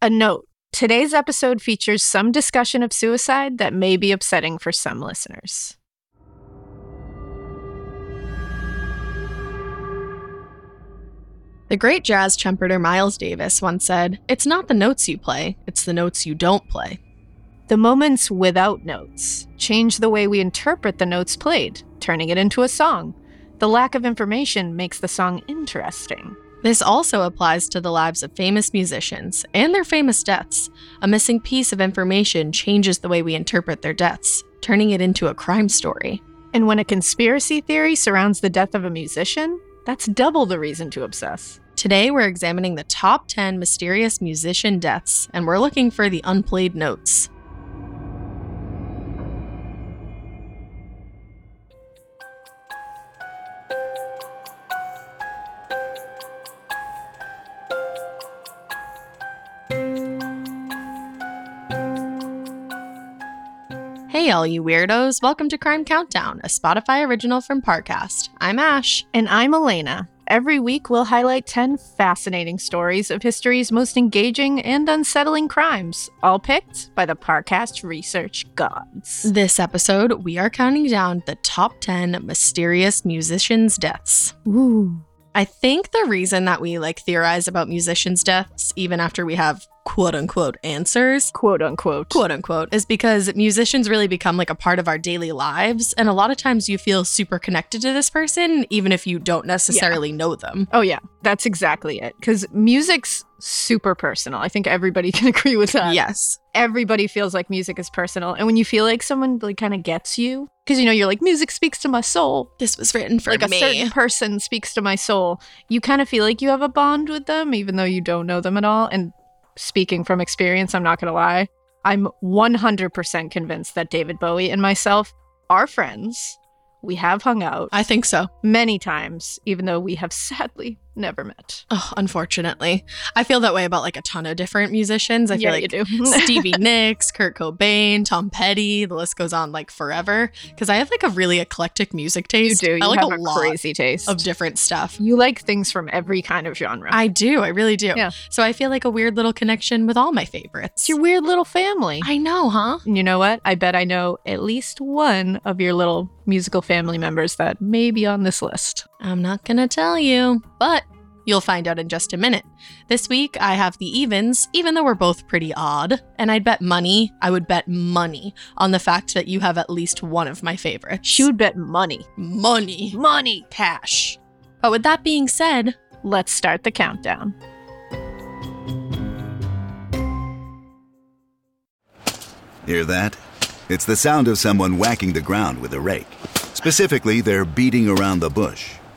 A note today's episode features some discussion of suicide that may be upsetting for some listeners. The great jazz trumpeter Miles Davis once said, It's not the notes you play, it's the notes you don't play. The moments without notes change the way we interpret the notes played, turning it into a song. The lack of information makes the song interesting. This also applies to the lives of famous musicians and their famous deaths. A missing piece of information changes the way we interpret their deaths, turning it into a crime story. And when a conspiracy theory surrounds the death of a musician, that's double the reason to obsess. Today, we're examining the top 10 mysterious musician deaths, and we're looking for the unplayed notes. Hey, all you weirdos, welcome to Crime Countdown, a Spotify original from Parcast. I'm Ash. And I'm Elena. Every week, we'll highlight 10 fascinating stories of history's most engaging and unsettling crimes, all picked by the Parcast research gods. This episode, we are counting down the top 10 mysterious musicians' deaths. Ooh. I think the reason that we like theorize about musicians' deaths, even after we have quote unquote answers, Quote unquote. quote unquote, is because musicians really become like a part of our daily lives. And a lot of times you feel super connected to this person, even if you don't necessarily know them. Oh, yeah, that's exactly it. Because music's super personal. I think everybody can agree with that. yes. Everybody feels like music is personal. And when you feel like someone like kind of gets you, because you know, you're like, music speaks to my soul. This was written for like me. a certain person speaks to my soul. You kind of feel like you have a bond with them, even though you don't know them at all. And speaking from experience, I'm not going to lie. I'm 100% convinced that David Bowie and myself are friends. We have hung out I think so. many times, even though we have sadly never met. Oh, unfortunately. I feel that way about like a ton of different musicians. I yeah, feel like you do. Stevie Nicks, Kurt Cobain, Tom Petty. The list goes on like forever. Because I have like a really eclectic music you taste. do. You I like have a, a, lot crazy taste. of different stuff. you like things from every kind of genre. I do. I really do. Yeah. So I feel like a weird little connection with all my favorites. it's your weird little family. I know, huh? And you know what? I bet I know at least one of your little musical family members that may be on this list. I'm not going to tell you, but you'll find out in just a minute. This week, I have the evens, even though we're both pretty odd. And I'd bet money, I would bet money on the fact that you have at least one of my favorites. She would bet money. money, Money! cash. But with that being said, Let's start the countdown. Hear that? It's the sound of someone whacking the ground with a rake. Specifically, they're beating around the bush,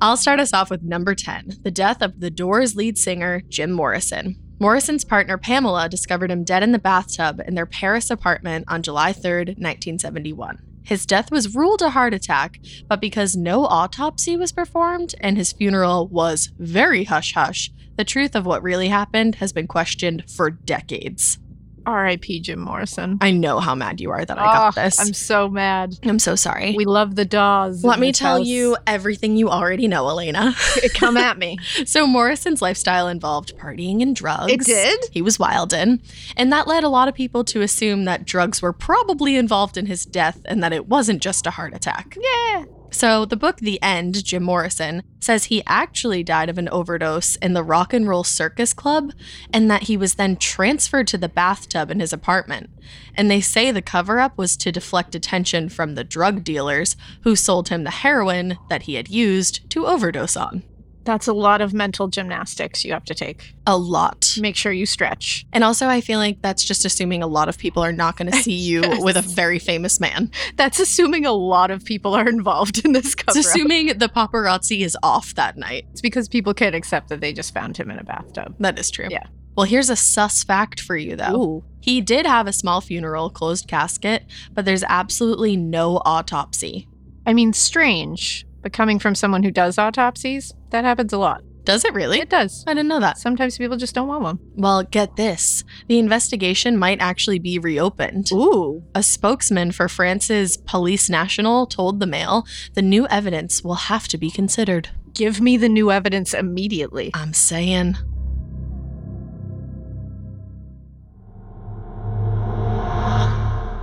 I'll start us off with number 10 the death of the Doors lead singer, Jim Morrison. Morrison's partner, Pamela, discovered him dead in the bathtub in their Paris apartment on July 3rd, 1971. His death was ruled a heart attack, but because no autopsy was performed and his funeral was very hush hush, the truth of what really happened has been questioned for decades. R.I.P. Jim Morrison. I know how mad you are that I got Ah, this. I'm so mad. I'm so sorry. We love the Dawes. Let in me this tell house. you everything you already know, Elena. Come at me. So Morrison's lifestyle involved partying and drugs. It did? He was wild in. And that led a lot of people to assume that drugs were probably involved in his death and that it wasn't just a heart attack. yeah. So, the book The End, Jim Morrison, says he actually died of an overdose in the Rock and Roll Circus Club and that he was then transferred to the bathtub in his apartment. And they say the cover up was to deflect attention from the drug dealers who sold him the heroin that he had used to overdose on. That's a lot of mental gymnastics you have to take. A lot. Make sure you stretch. And also, I feel like that's just assuming a lot of people are not going to see you Yes. with a very famous man. That's assuming a lot of people are involved in this cover. It's assuming the paparazzi is off that night. it's because people can't accept that they just found him in a bathtub. That is true. Yeah. Well, here's a sus fact for you, though. Ooh. He did have a small funeral, closed casket, but there's absolutely no autopsy. I mean, strange, but coming from someone who does autopsies, that happens a lot. Does it really? It does. I didn't know that. Sometimes people just don't want one. Well, get this. The investigation might actually be reopened. Ooh. A spokesman for France's Police National told the Mail the new evidence will have to be considered. Give me the new evidence immediately. I'm saying.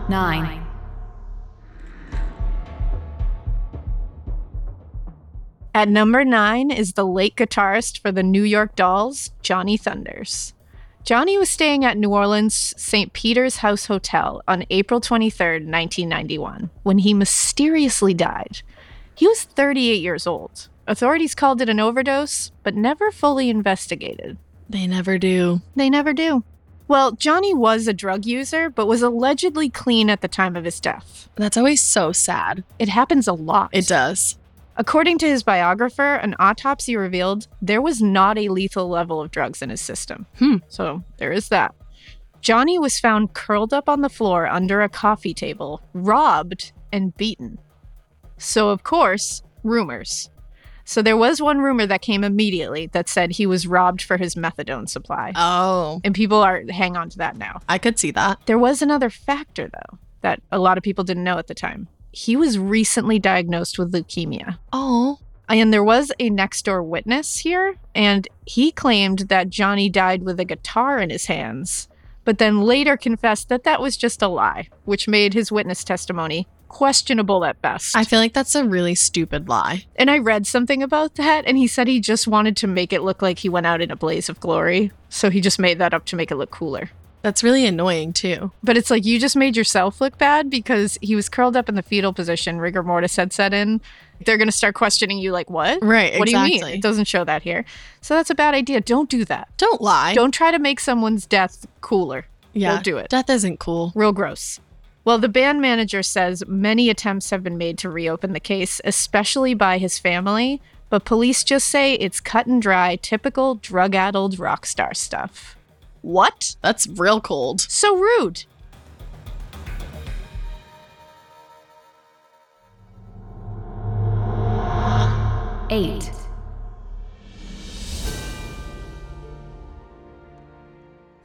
Nine. At number nine is the late guitarist for the New York Dolls, Johnny Thunders. Johnny was staying at New Orleans St. Peter's House Hotel on April 23rd, 1991, when he mysteriously died. He was 38 years old. Authorities called it an overdose, but never fully investigated. They never do. They never do. Well, Johnny was a drug user, but was allegedly clean at the time of his death. That's always so sad. It happens a lot. It does. According to his biographer, an autopsy revealed there was not a lethal level of drugs in his system. Hmm. So there is that. Johnny was found curled up on the floor under a coffee table, robbed and beaten. So, of course, rumors. So there was one rumor that came immediately that said he was robbed for his methadone supply. Oh, and people are hang on to that now. I could see that. There was another factor, though, that a lot of people didn't know at the time. He was recently diagnosed with leukemia. Oh, And there was a next door witness here, and he claimed that Johnny died with a guitar in his hands, but then later confessed that that was just a lie, which made his witness testimony questionable at best. I feel like that's a really stupid lie. and I read something about that, and he said he just wanted to make it look like he went out in a blaze of glory. So he just made that up to make it look cooler. That's really annoying, too. But it's like you just made yourself look bad because he was curled up in the fetal position, rigor mortis had set in. They're going to start questioning you, like, what? Right, What do you mean? exactly. It doesn't show that here. So that's a bad idea. Don't do that. Don't lie. Don't try to make someone's death cooler. yeah, Don't do it. Death isn't cool. Real gross. Well, the band manager says many attempts have been made to reopen the case, especially by his family, but police just say it's cut and dry, typical drug addled rock star stuff. What? That's real cold. So rude. Eight.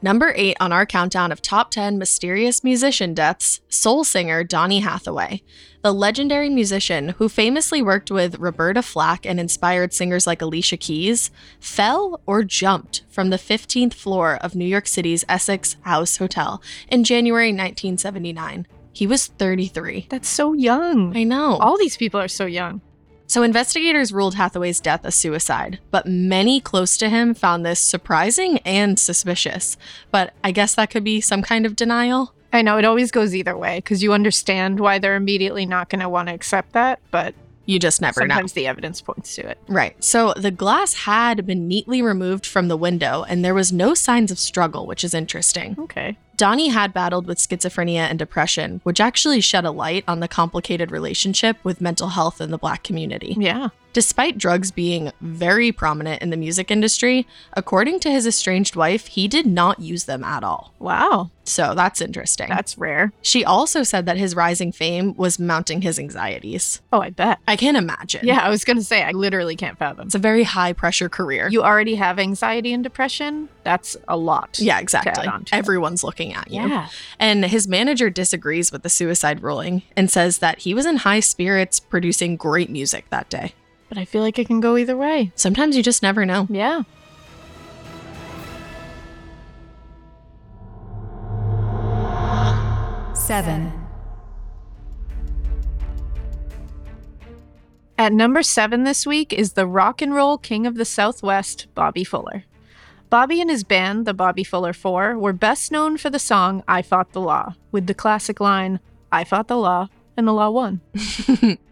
Number eight on our countdown of top 10 mysterious musician deaths, soul singer Donny Hathaway. The legendary musician who famously worked with Roberta Flack and inspired singers like Alicia Keys fell or jumped from the 15th floor of New York City's Essex House Hotel in January 1979. He was 33. That's so young. I know. All these people are so young. So, investigators ruled Hathaway's death a suicide, but many close to him found this surprising and suspicious. But I guess that could be some kind of denial. I know it always goes either way because you understand why they're immediately not going to want to accept that, but You just never sometimes the evidence points to it. know. Right. So, the glass had been neatly removed from the window, and there was no signs of struggle, which is interesting. Okay. Donnie had battled with schizophrenia and depression, which actually shed a light on the complicated relationship with mental health in the black community. Yeah. Despite drugs being very prominent in the music industry, according to his estranged wife, he did not use them at all. Wow. So that's interesting. That's rare. she also said that his rising fame was mounting his anxieties. Oh, I bet. I can't imagine. Yeah, I was going to say, I literally can't fathom. It's a very high pressure career. You already have anxiety and depression. That's a lot. yeah, To exactly. add on to it. Everyone's looking at you. Yeah. And his manager disagrees with the suicide ruling and says that he was in high spirits producing great music that day. But I feel like it can go either way. Sometimes you just never know. Yeah. Seven. At number seven this week is the rock and roll king of the Southwest, Bobby Fuller. Bobby and his band, the Bobby Fuller Four, were best known for the song I Fought the Law, with the classic line, I Fought the Law, and the Law Won.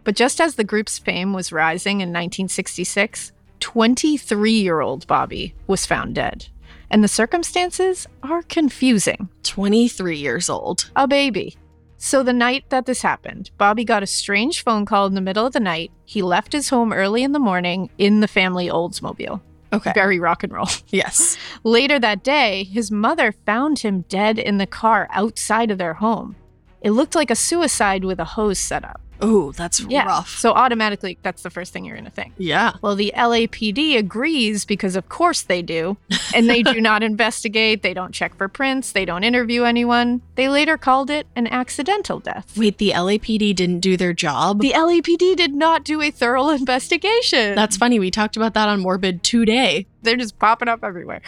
but just as the group's fame was rising in 1966, 23 year old Bobby was found dead. And the circumstances are confusing. 23 years old. A baby. So, the night that this happened, Bobby got a strange phone call in the middle of the night. He left his home early in the morning in the family Oldsmobile. Okay. Very rock and roll. Yes. Later that day, his mother found him dead in the car outside of their home. It looked like a suicide with a hose set up. Ooh, that's rough. So, automatically, that's the first thing you're going to think. Yeah. Well, the LAPD agrees because, of course, they do. And they do not investigate, they don't check for prints, they don't interview anyone. They later called it an accidental death. Wait, the LAPD didn't do their job? The LAPD did not do a thorough investigation. That's funny. We talked about that on Morbid today. They're just popping up everywhere.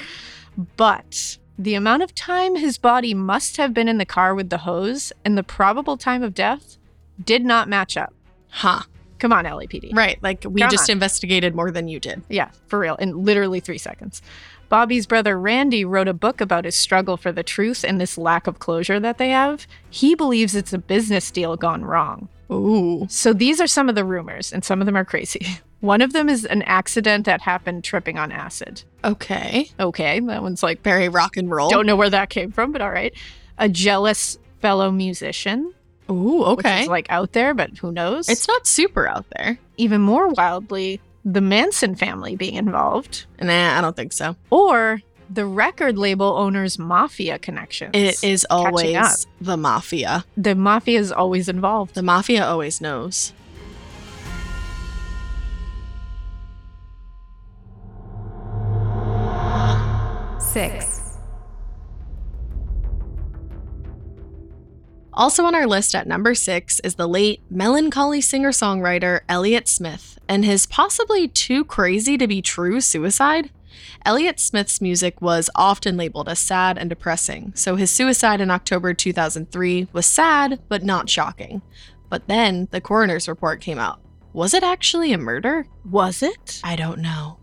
But the amount of time his body must have been in the car with the hose and the probable time of death did not match up. Huh. Come on, LAPD. Right. Like, we Come just on. investigated more than you did. Yeah, for real, in literally three seconds. Bobby's brother Randy wrote a book about his struggle for the truth and this lack of closure that they have. He believes it's a business deal gone wrong. Ooh. So these are some of the rumors, and some of them are crazy. One of them is an accident that happened tripping on acid. Okay. Okay, that one's like, Very rock and roll. don't know where that came from, but all right. A jealous fellow musician. Ooh, Which okay. is like out there, but who knows? it's not super out there. even more wildly the Manson family being involved. Nah, I don't think so. or the record label owner's mafia connections. It is catching up. always the mafia. the mafia is always involved. The mafia always knows. six, Also on our list at number six is the late melancholy singer songwriter Elliott Smith and his possibly too crazy to be true suicide. Elliott Smith's music was often labeled as sad and depressing, so his suicide in October 2003 was sad but not shocking. But then the coroner's report came out. Was it actually a murder? Was it? I don't know.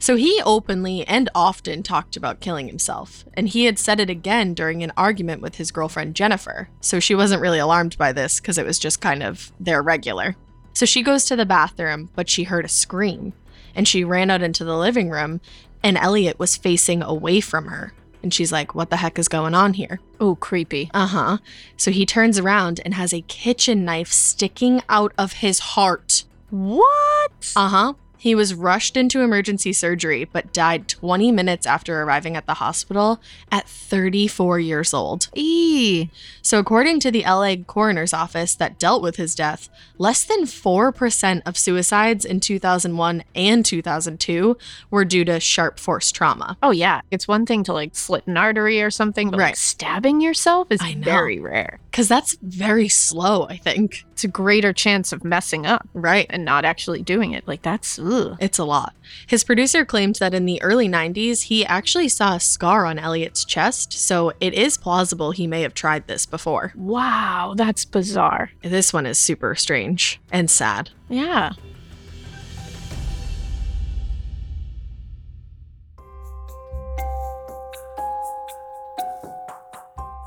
So he openly and often talked about killing himself, and he had said it again during an argument with his girlfriend Jennifer. So she wasn't really alarmed by this because it was just kind of their regular. So she goes to the bathroom, but she heard a scream, and she ran out into the living room, and Elliot was facing away from her. And she's like, What the heck is going on here? Oh, creepy. Uh huh. So he turns around and has a kitchen knife sticking out of his heart. What? Uh huh. He was rushed into emergency surgery, but died 20 minutes after arriving at the hospital at 34 years old. E. So, according to the LA coroner's office that dealt with his death, less than 4% of suicides in 2001 and 2002 were due to sharp force trauma. Oh yeah, it's one thing to like slit an artery or something, but like Right. stabbing yourself is I know. very rare. Because that's very slow, I think. It's a greater chance of messing up Right. and not actually doing it. Like that's ugh. It's a lot. His producer claimed that in the early 90s, he actually saw a scar on Elliot's chest, so it is plausible he may have tried this before. Wow, that's bizarre. This one is super strange and sad. Yeah.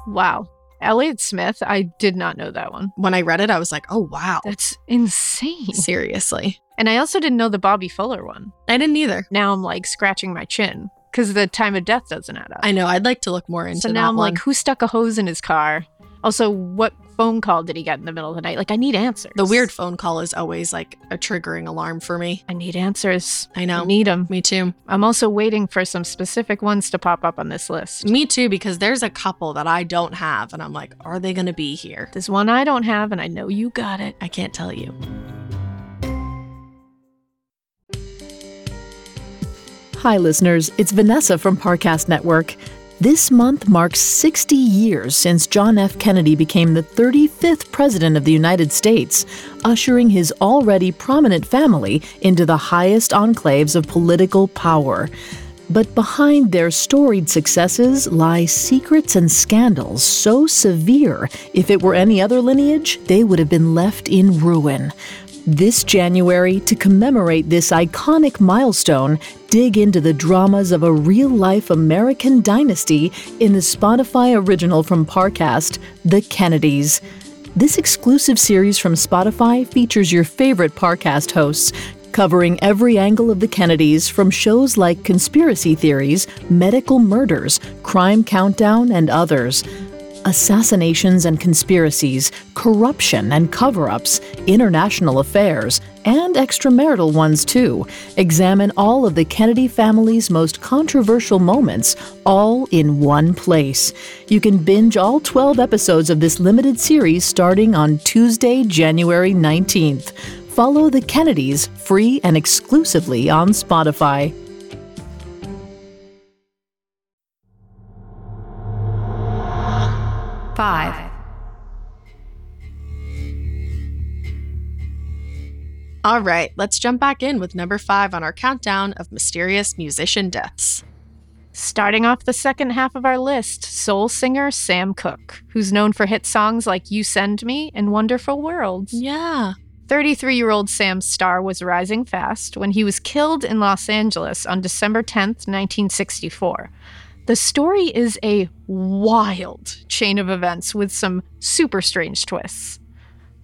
Wow. Elliot Smith, I did not know that one. When I read it, I was like, oh, wow. That's insane. Seriously. And I also didn't know the Bobby Fuller one. I didn't either. Now I'm like scratching my chin because the time of death doesn't add up. I know. I'd like to look more into so that now I'm one. like, who stuck a hose in his car? Also, what phone call did he get in the middle of the night? Like, I need answers. the weird phone call is always like a triggering alarm for me. I need answers. I know. I need them. Me too. I'm also waiting for some specific ones to pop up on this list. Me too, because there's a couple that I don't have, and I'm like, are they going to be here? There's one I don't have, and I know you got it. I can't tell you. Hi, listeners. It's Vanessa from Parcast Network. This month marks 60 years since John F. Kennedy became the 35th President of the United States, ushering his already prominent family into the highest enclaves of political power. But behind their storied successes lie secrets and scandals so severe, if it were any other lineage, they would have been left in ruin. This January, to commemorate this iconic milestone, dig into the dramas of a real life American dynasty in the Spotify original from Parcast, The Kennedys. This exclusive series from Spotify features your favorite Parcast hosts, covering every angle of the Kennedys from shows like Conspiracy Theories, Medical Murders, Crime Countdown, and others assassinations and conspiracies, corruption and cover ups, international affairs, and extramarital ones too. Examine all of the Kennedy family's most controversial moments, all in one place. You can binge all 12 episodes of this limited series starting on Tuesday, January 19th. Follow the Kennedys free and exclusively on Spotify. Five. All right, let's jump back in with number five on our countdown of mysterious musician deaths. Starting off the second half of our list, soul singer Sam Cooke, who's known for hit songs like You Send Me and Wonderful Worlds. Yeah. 33 year old Sam's star was rising fast when he was killed in Los Angeles on December 10th, 1964. The story is a wild chain of events with some super strange twists.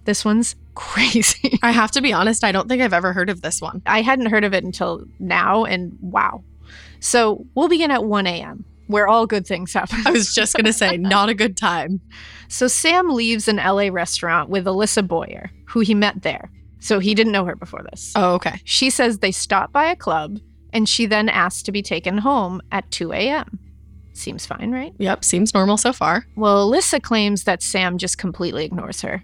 This one's crazy. I have to be honest, I don't think I've ever heard of this one. I hadn't heard of it until now, and wow. So we'll begin at 1 a.m., where all good things happen. I was just going to say, not a good time. So Sam leaves an LA restaurant with Alyssa Boyer, who he met there. So he didn't know her before this. Oh, okay. She says they stopped by a club, and she then asked to be taken home at 2 a.m. Seems fine, right? Yep, seems normal so far. Well, Alyssa claims that Sam just completely ignores her.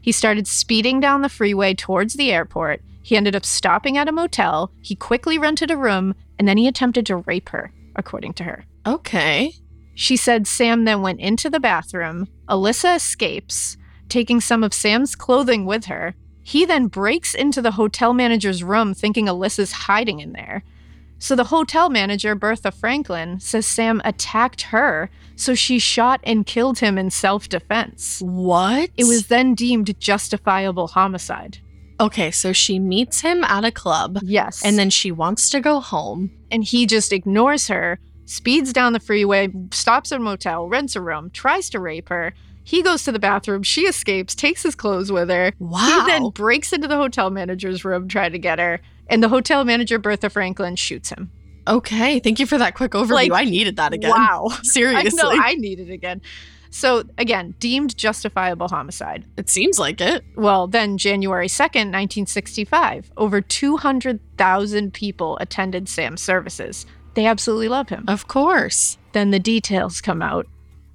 He started speeding down the freeway towards the airport. He ended up stopping at a motel. He quickly rented a room, and then he attempted to rape her, according to her. Okay. She said Sam then went into the bathroom. Alyssa escapes, taking some of Sam's clothing with her. He then breaks into the hotel manager's room, thinking Alyssa's hiding in there. So the hotel manager, Bertha Franklin, says Sam attacked her, so she shot and killed him in self defense. What? It was then deemed justifiable homicide. Okay, so she meets him at a club. Yes. And then she wants to go home. And he just ignores her, speeds down the freeway, stops at a motel, rents a room, tries to rape her. He goes to the bathroom. She escapes, takes his clothes with her. Wow. He then breaks into the hotel manager's room, trying to get her and the hotel manager Bertha Franklin shoots him. Okay, thank you for that quick overview. Like, I needed that again. Wow, seriously, I know I need it again. So again, deemed justifiable homicide. it seems like it. Well, then January second, nineteen sixty-five, over two hundred thousand people attended Sam's services. They absolutely love him. Of course, Then the details come out,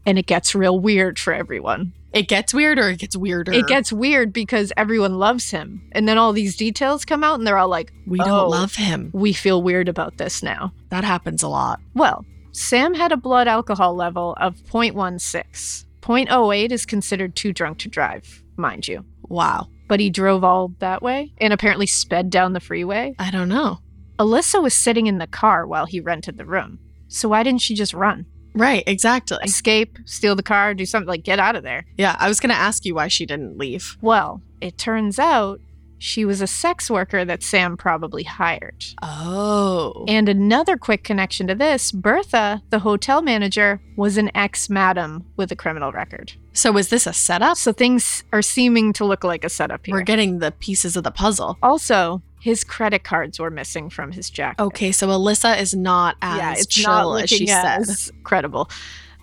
and it gets real weird for everyone. it gets weirder. It gets weirder. It gets weird because everyone loves him, and then all these details come out, and they're all like, We don't Oh. love him. "We feel weird about this now." That happens a lot. Well, Sam had a blood alcohol level of 0.16. 0.08 is considered too drunk to drive, mind you. Wow. But he drove all that way and apparently sped down the freeway. I don't know. Alyssa was sitting in the car while he rented the room. So why didn't she just run? Right. Exactly. Escape, steal the car, do something like get out of there. Yeah. I was gonna ask you why she didn't leave. Well, it turns out she was a sex worker that Sam probably hired. Oh. And another quick connection to this Bertha, the hotel manager, was an ex madam with a criminal record. so was this a setup? So things are seeming to look like a setup here. We're getting the pieces of the puzzle. also, his credit cards were missing from his jacket. Okay, so Alyssa is not as yeah, it's chill not as she looking said. as credible.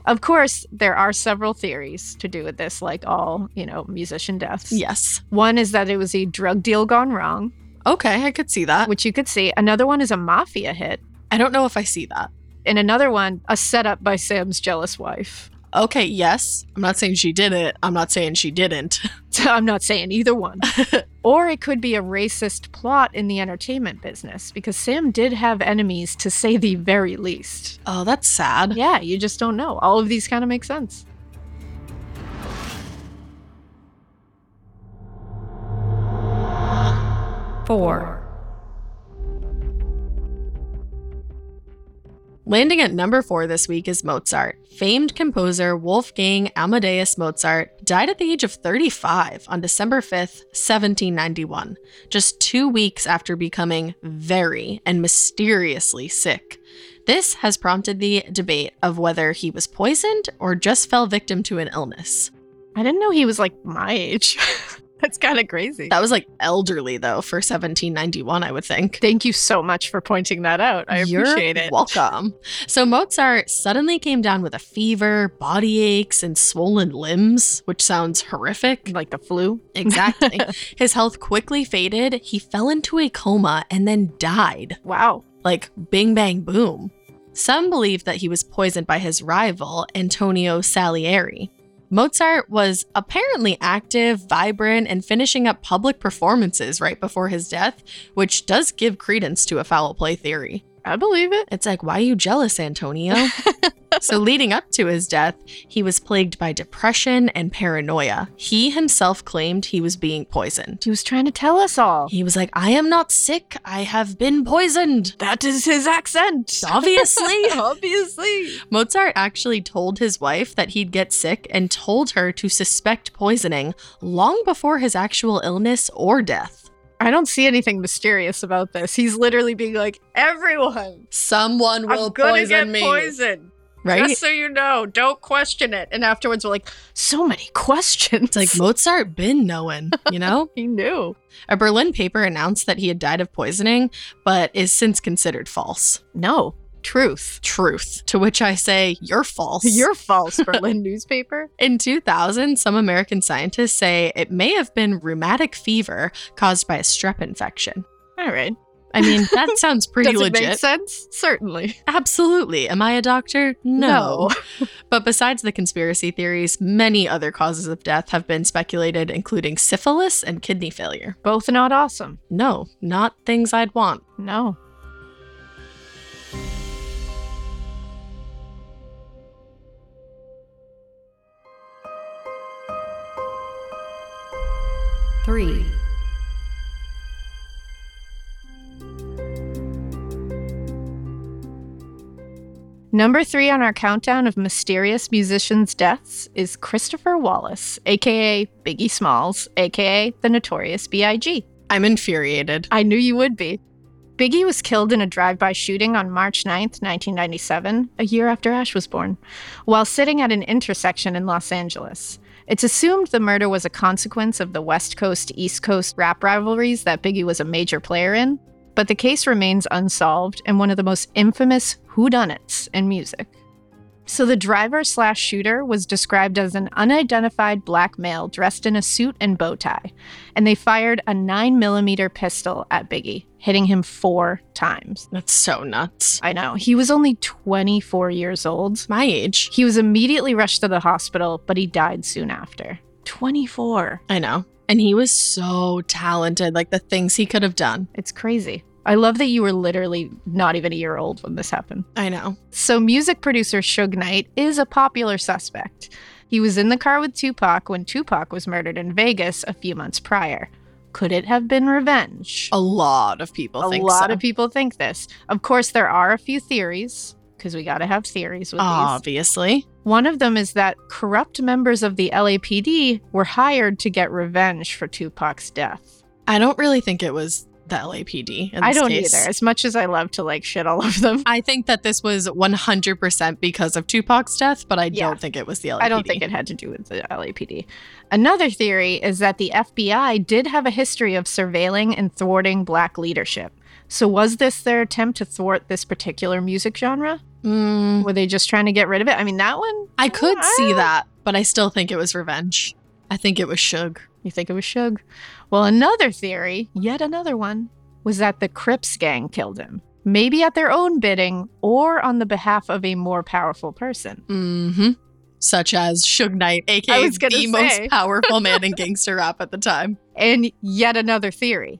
Of course, there are several theories to do with this, like all you know, musician deaths. Yes. One is that it was a drug deal gone wrong, Okay, I could see that. which you could see. Another one is a mafia hit, I don't know if I see that. and another one a setup by Sam's jealous wife. Okay, yes. I'm not saying she did it. I'm not saying she didn't. So I'm not saying either one. or it could be a racist plot in the entertainment business because Sam did have enemies to say the very least. Oh, that's sad. Yeah, you just don't know. All of these kind of make sense. Four. Landing at number four this week is Mozart. Famed composer Wolfgang Amadeus Mozart died at the age of 35 on December 5th, 1791, just two weeks after becoming very and mysteriously sick. This has prompted the debate of whether he was poisoned or just fell victim to an illness. I didn't know he was like my age. That's kind of crazy. That was like elderly though for 1791, I would think. Thank you so much for pointing that out. I You're appreciate it. Welcome. So Mozart suddenly came down with a fever, body aches, and swollen limbs, which sounds horrific. Like the flu. Exactly. His health quickly faded. He fell into a coma and then died. Wow. Like bing bang boom. Some believe that he was poisoned by his rival, Antonio Salieri. Mozart was apparently active, vibrant, and finishing up public performances right before his death, which does give credence to a foul play theory. I believe it. It's like, why are you jealous, Antonio? so, leading up to his death, he was plagued by depression and paranoia. He himself claimed he was being poisoned. He was trying to tell us all. He was like, I am not sick. I have been poisoned. That is his accent. Obviously. Obviously. Mozart actually told his wife that he'd get sick and told her to suspect poisoning long before his actual illness or death. I don't see anything mysterious about this. He's literally being like, everyone, Someone will I'm gonna poison get me. poisoned. Right? Just so you know, don't question it. And afterwards, we're like, so many questions. it's like Mozart been knowing, you know? he knew. A Berlin paper announced that he had died of poisoning, but is since considered false. No, truth. Truth. To which I say, you're false. You're false, Berlin newspaper. In 2000, some American scientists say it may have been rheumatic fever caused by a strep infection. All right. I mean, that sounds pretty Does legit. it make sense? Certainly. Absolutely. Am I a doctor? No. but besides the conspiracy theories, many other causes of death have been speculated, including syphilis and kidney failure. Both not awesome. No, not things I'd want. No. three, Number three on our countdown of mysterious musicians' deaths is Christopher Wallace, aka Biggie Smalls, aka the notorious B.I.G. I'm infuriated. I knew you would be. Biggie was killed in a drive by shooting on March 9th, 1997, a year after Ash was born, while sitting at an intersection in Los Angeles. It's assumed the murder was a consequence of the West Coast East Coast rap rivalries that Biggie was a major player in, but the case remains unsolved and one of the most infamous whodunits in music. So the driver slash shooter was described as an unidentified black male dressed in a suit and bow tie, and they fired a 9mm pistol at Biggie, hitting him four times. That's so nuts. I know, he was only 24 years old. My age. He was immediately rushed to the hospital, but he died soon after. 24. I know. And he was so talented, like the things he could have done. It's crazy. I love that you were literally not even a year old when this happened. I know. So, music producer Suge Knight is a popular suspect. He was in the car with Tupac when Tupac was murdered in Vegas a few months prior. Could it have been revenge? A lot of people a think lot so. of people think this. Of course, there are a few theories because we got to have theories with these. Obviously. One of them is that corrupt members of the LAPD were hired to get revenge for Tupac's death. I don't really think it was the LAPD. In this I don't case. either. As much as I love to like shit all of them, I think that this was 100% because of Tupac's death, but I Yeah. don't think it was the LAPD. I don't think it had to do with the LAPD. Another theory is that the FBI did have a history of surveilling and thwarting black leadership. So, was this their attempt to thwart this particular music genre? Mm, Were they just trying to get rid of it? I mean, that one, I could Oh, I see don't- that, but I still think it was revenge. I think it was Suge. you think it was Suge? Well, another theory, yet another one, was that the Crips gang killed him, maybe at their own bidding or on the behalf of a more powerful person. Mm-hmm. Such as Suge Knight, aka I was the gonna most say. powerful man in gangster rap at the time. And yet another theory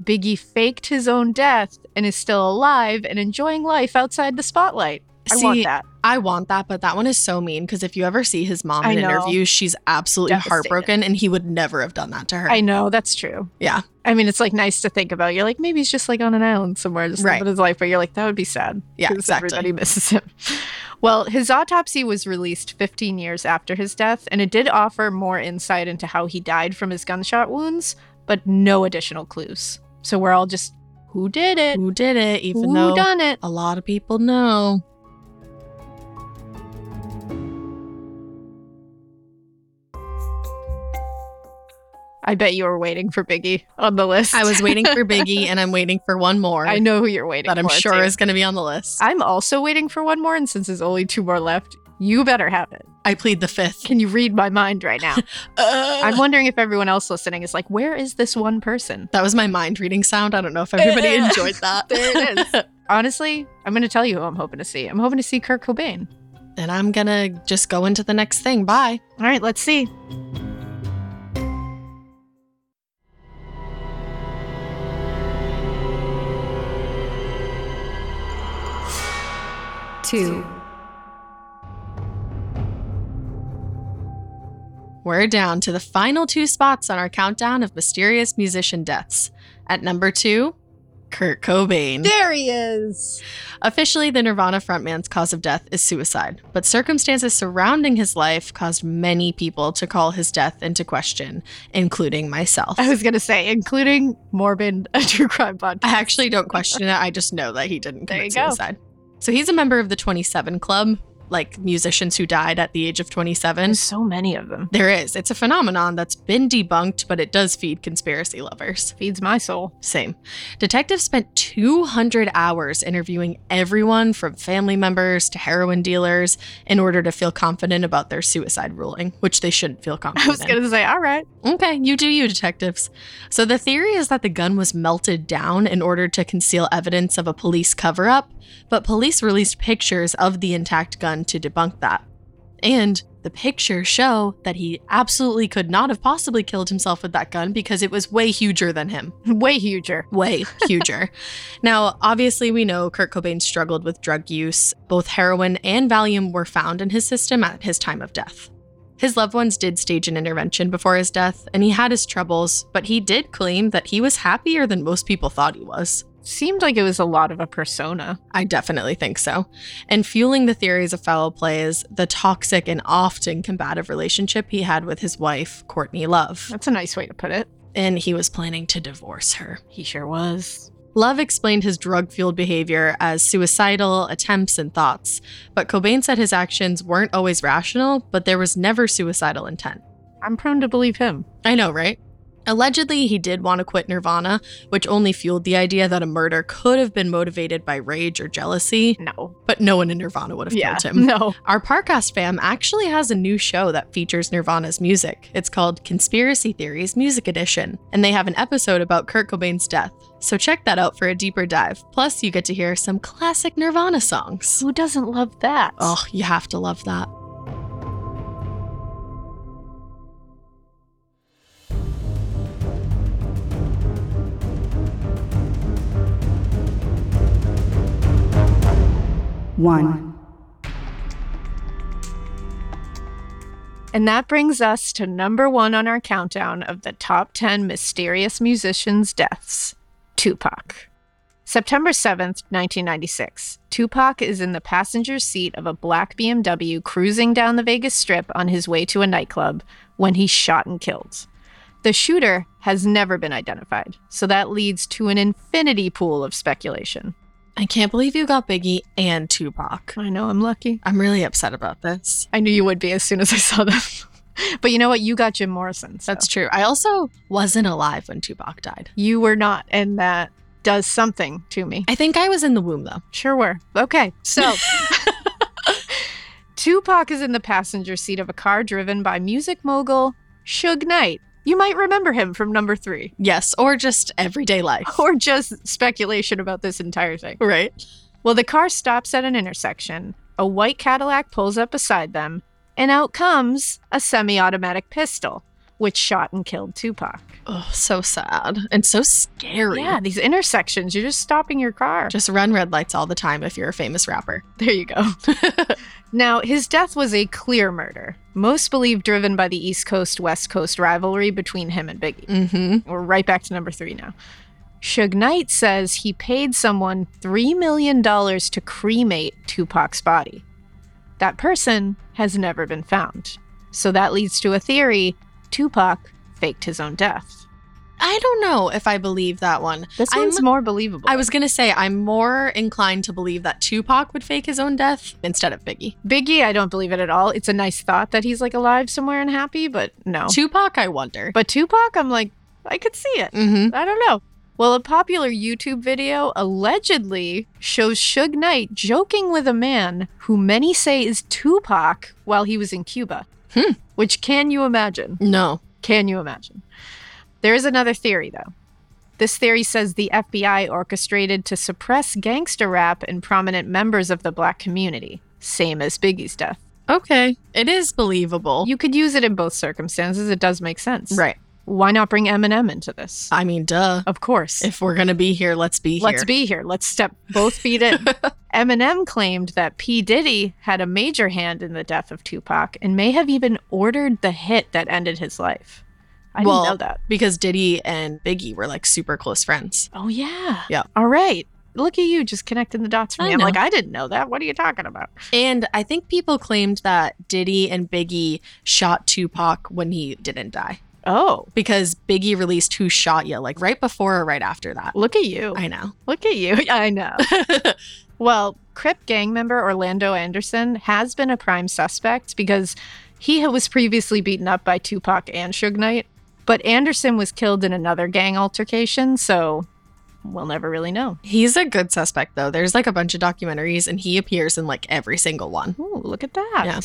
Biggie faked his own death and is still alive and enjoying life outside the spotlight. I See, want that. I want that, but that one is so mean because if you ever see his mom I in an know. interview, she's absolutely Devastated. heartbroken and he would never have done that to her. I know that's true. Yeah. I mean, it's like nice to think about. You're like, maybe he's just like on an island somewhere, just Right. living his life. But you're like, that would be sad. Yeah, 'cause exactly. Everybody misses him. Well, his autopsy was released 15 years after his death, and it did offer more insight into how he died from his gunshot wounds, but no additional clues. So we're all just, who did it? Who did it? Even Who though done it? a lot of people know. I bet you were waiting for Biggie on the list. I was waiting for Biggie and I'm waiting for one more I know who you're waiting that I'm for, sure too. is going to be on the list. I, I'm also waiting for one more, and since there's only two more left, you better have it. plead the fifth. Can you read my mind right now? Uh, I'm wondering if everyone else listening is like, where is this one person? that was my mind reading sound. I don't know if everybody enjoyed that. There it is. Honestly, I'm going to tell you who I'm hoping to see. I'm hoping to see Kurt Cobain. and I'm going to just go into the next thing. Bye. All right, let's see. two, We're down to the final two spots on our countdown of mysterious musician deaths. At number two, Kurt Cobain. There he is. Officially, the Nirvana frontman's cause of death is suicide, but circumstances surrounding his life caused many people to call his death into question, including myself. I was going to say, including Morbid, a true crime podcast. I actually don't question it. I just know that he didn't There commit you go. suicide. So he's a member of the 27 Club, like musicians who died at the age of 27. There's so many of them. There is. It's a phenomenon that's been debunked, but it does feed conspiracy lovers. Feeds my soul. Same. Detectives spent 200 hours interviewing everyone from family members to heroin dealers in order to feel confident about their suicide ruling, which they shouldn't feel confident. I was in. going to say, all right. Okay, you do you, detectives. So the theory is that the gun was melted down in order to conceal evidence of a police cover up, but police released pictures of the intact gun to debunk that. And the pictures show that he absolutely could not have possibly killed himself with that gun because it was way huger than him Way huger. way huger. now, obviously, we know Kurt Cobain struggled with drug use. Both heroin and Valium were found in his system at his time of death. His loved ones did stage an intervention before his death, and he had his troubles, but he did claim that he was happier than most people thought he was. Seemed like it was a lot of a persona. I definitely think so. And fueling the theories of foul play is the toxic and often combative relationship he had with his wife, Courtney Love. That's a nice way to put it. And he was planning to divorce her. He sure was. Love explained his drug fueled behavior as suicidal attempts and thoughts, but Cobain said his actions weren't always rational, but there was never suicidal intent. I'm prone to believe him. I know, right? Allegedly, he did want to quit Nirvana, which only fueled the idea that a murder could have been motivated by rage or jealousy, No. but no one in Nirvana would have Yeah. killed him. No. Our Parcast fam actually has a new show that features Nirvana's music. It's called Conspiracy Theories Music Edition, and they have an episode about Kurt Cobain's death. So check that out for a deeper dive. Plus, you get to hear some classic Nirvana songs. Who doesn't love that? Oh, you have to love that. one, And that brings us to number one on our countdown of the top 10 mysterious musicians' deaths Tupac. September 7th, 1996. Tupac is in the passenger seat of a black BMW cruising down the Vegas Strip on his way to a nightclub when he's shot and killed. The shooter has never been identified, so that leads to an infinity pool of speculation. I can't believe you got Biggie and Tupac. I know I'm lucky. I'm really upset about this. I knew you would be as soon as I saw them. but you know what? You got Jim Morrison. so- That's true. I also wasn't alive when Tupac died. You were not, and that does something to me. I think I was in the womb, though. Sure were. Okay, so Tupac is in the passenger seat of a car driven by music mogul Suge Knight. You might remember him from number three, Yes, or just everyday life. or just speculation about this entire thing. right. Well, the car stops at an intersection. A white Cadillac pulls up beside them, and out comes a semi automatic pistol. which shot and killed Tupac. Oh, so sad and so scary. Yeah, these intersections, you're just stopping your car. Just run red lights all the time if you're a famous rapper. There you go. now, his death was a clear murder. Most believe driven by the East Coast West Coast rivalry between him and Biggie. Mm-hmm. We're right back to number three now. Suge Knight says he paid someone $3 million to cremate Tupac's body. That person has never been found. So that leads to a theory Tupac faked his own death. I don't know if I believe that one. This I'm- one's more believable. I was gonna say I'm more inclined to believe that Tupac would fake his own death instead of Biggie. Biggie, I don't believe it at all. It's a nice thought that he's like alive somewhere and happy, but no. Tupac, I wonder. But Tupac, I'm like, I could see it. Mhm. I don't know. Well, a popular YouTube video allegedly shows Suge Knight joking with a man who many say is Tupac while he was in Cuba. Which can you imagine? no. Can you imagine? There is another theory, though. This theory says the FBI orchestrated to suppress gangster rap and prominent members of the black community, same as Biggie's death. Okay. It is believable. You could use it in both circumstances. It does make sense. right. Why not bring Eminem into this? I mean, duh. Of course. If we're gonna be here, let's be Let's here. be here. Let's step both feet in. Eminem claimed that P. Diddy had a major hand in the death of Tupac and may have even ordered the hit that ended his life. I well, didn't know that. because Diddy and Biggie were like super close friends. Oh yeah. Yeah. All right. Look at you just connecting the dots for I me. I'm know. like, I didn't know that. What are you talking about? And I think people claimed that Diddy and Biggie shot Tupac when he didn't die Oh, because Biggie released Who Shot Ya like right before or right after that. look at you. I know. Look at you. I know. well, Crip gang member Orlando Anderson has been a prime suspect because he was previously beaten up by Tupac and Suge Knight, but Anderson was killed in another gang altercation, so we'll never really know. He's a good suspect though. There's like a bunch of documentaries and he appears in like every single one. Ooh, look at that. Yeah.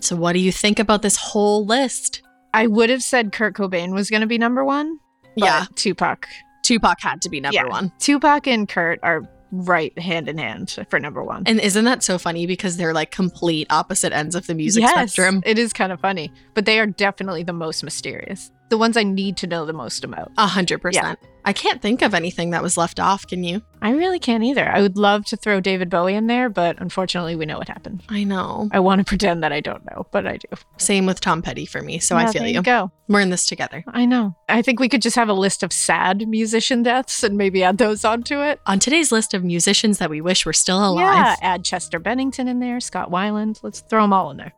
So what do you think about this whole list? I would have said Kurt Cobain was going to be number one. but Yeah. Tupac Tupac had to be number Yeah. one. Tupac and Kurt are right hand in hand for number one. And isn't that so funny because they're like complete opposite ends of the music spectrum? It is kind of funny, but they are definitely the most mysterious. The ones I need to know the most about. A hundred Yeah. percent. I can't think of anything that was left off, can you? I really can't either. I would love to throw David Bowie in there, but unfortunately, we know what happened. I know. I want to pretend that I don't know, but I do. Same with Tom Petty for me, so Yeah, I feel there you. Go. We're in this together. I know. I think we could just have a list of sad musician deaths and maybe add those onto it. On today's list of musicians that we wish were still Yeah. alive, Add Chester Bennington in there, Scott Weiland. Let's throw them all in there.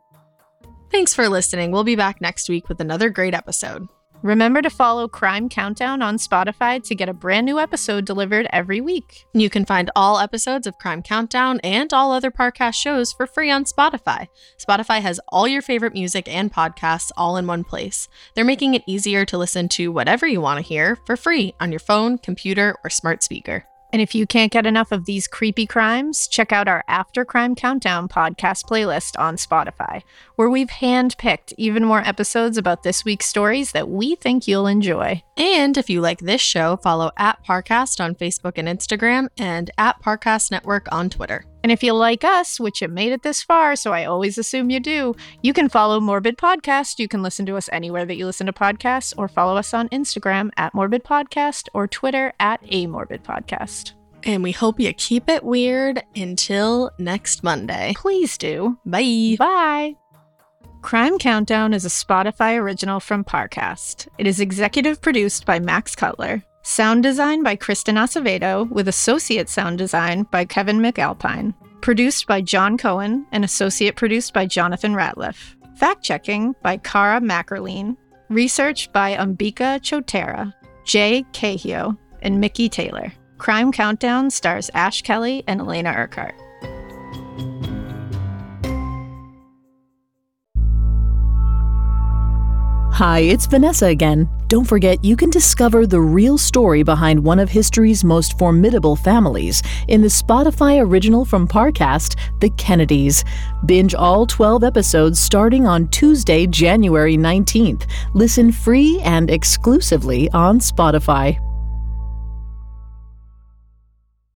thanks for listening. We'll be back next week with another great episode. Remember to follow Crime Countdown on Spotify to get a brand new episode delivered every week. You can find all episodes of Crime Countdown and all other Parcast shows for free on Spotify. Spotify has all your favorite music and podcasts all in one place. They're making it easier to listen to whatever you want to hear for free on your phone, computer, or smart speaker. And if you can't get enough of these creepy crimes, check out our After Crime Countdown podcast playlist on Spotify, where we've handpicked even more episodes about this week's stories that we think you'll enjoy. And if you like this show, follow at Parcast on Facebook and Instagram and at Parcast Network on Twitter. And if you like us, which you made it this far, so I always assume you do, you can follow Morbid Podcast. You can listen to us anywhere that you listen to podcasts, or follow us on Instagram at Morbid Podcast or Twitter at A Morbid Podcast. And we hope you keep it weird until next Monday. Please do. Bye. Bye. Crime Countdown is a Spotify original from Parcast. It is executive produced by Max Cutler. Sound design by Kristen Acevedo, with associate sound design by Kevin McAlpine. Produced by John Cohen and associate produced by Jonathan Ratliff. Fact checking by Kara Mackerline. Research by Umbika Chotera, Jay Cahio, and Mickey Taylor. Crime Countdown stars Ash Kelly and Elena Urquhart. Hi, it's Vanessa again. Don't forget, you can discover the real story behind one of history's most formidable families in the Spotify original from Parcast, The Kennedys. Binge all 12 episodes starting on Tuesday, January 19th. Listen free and exclusively on Spotify.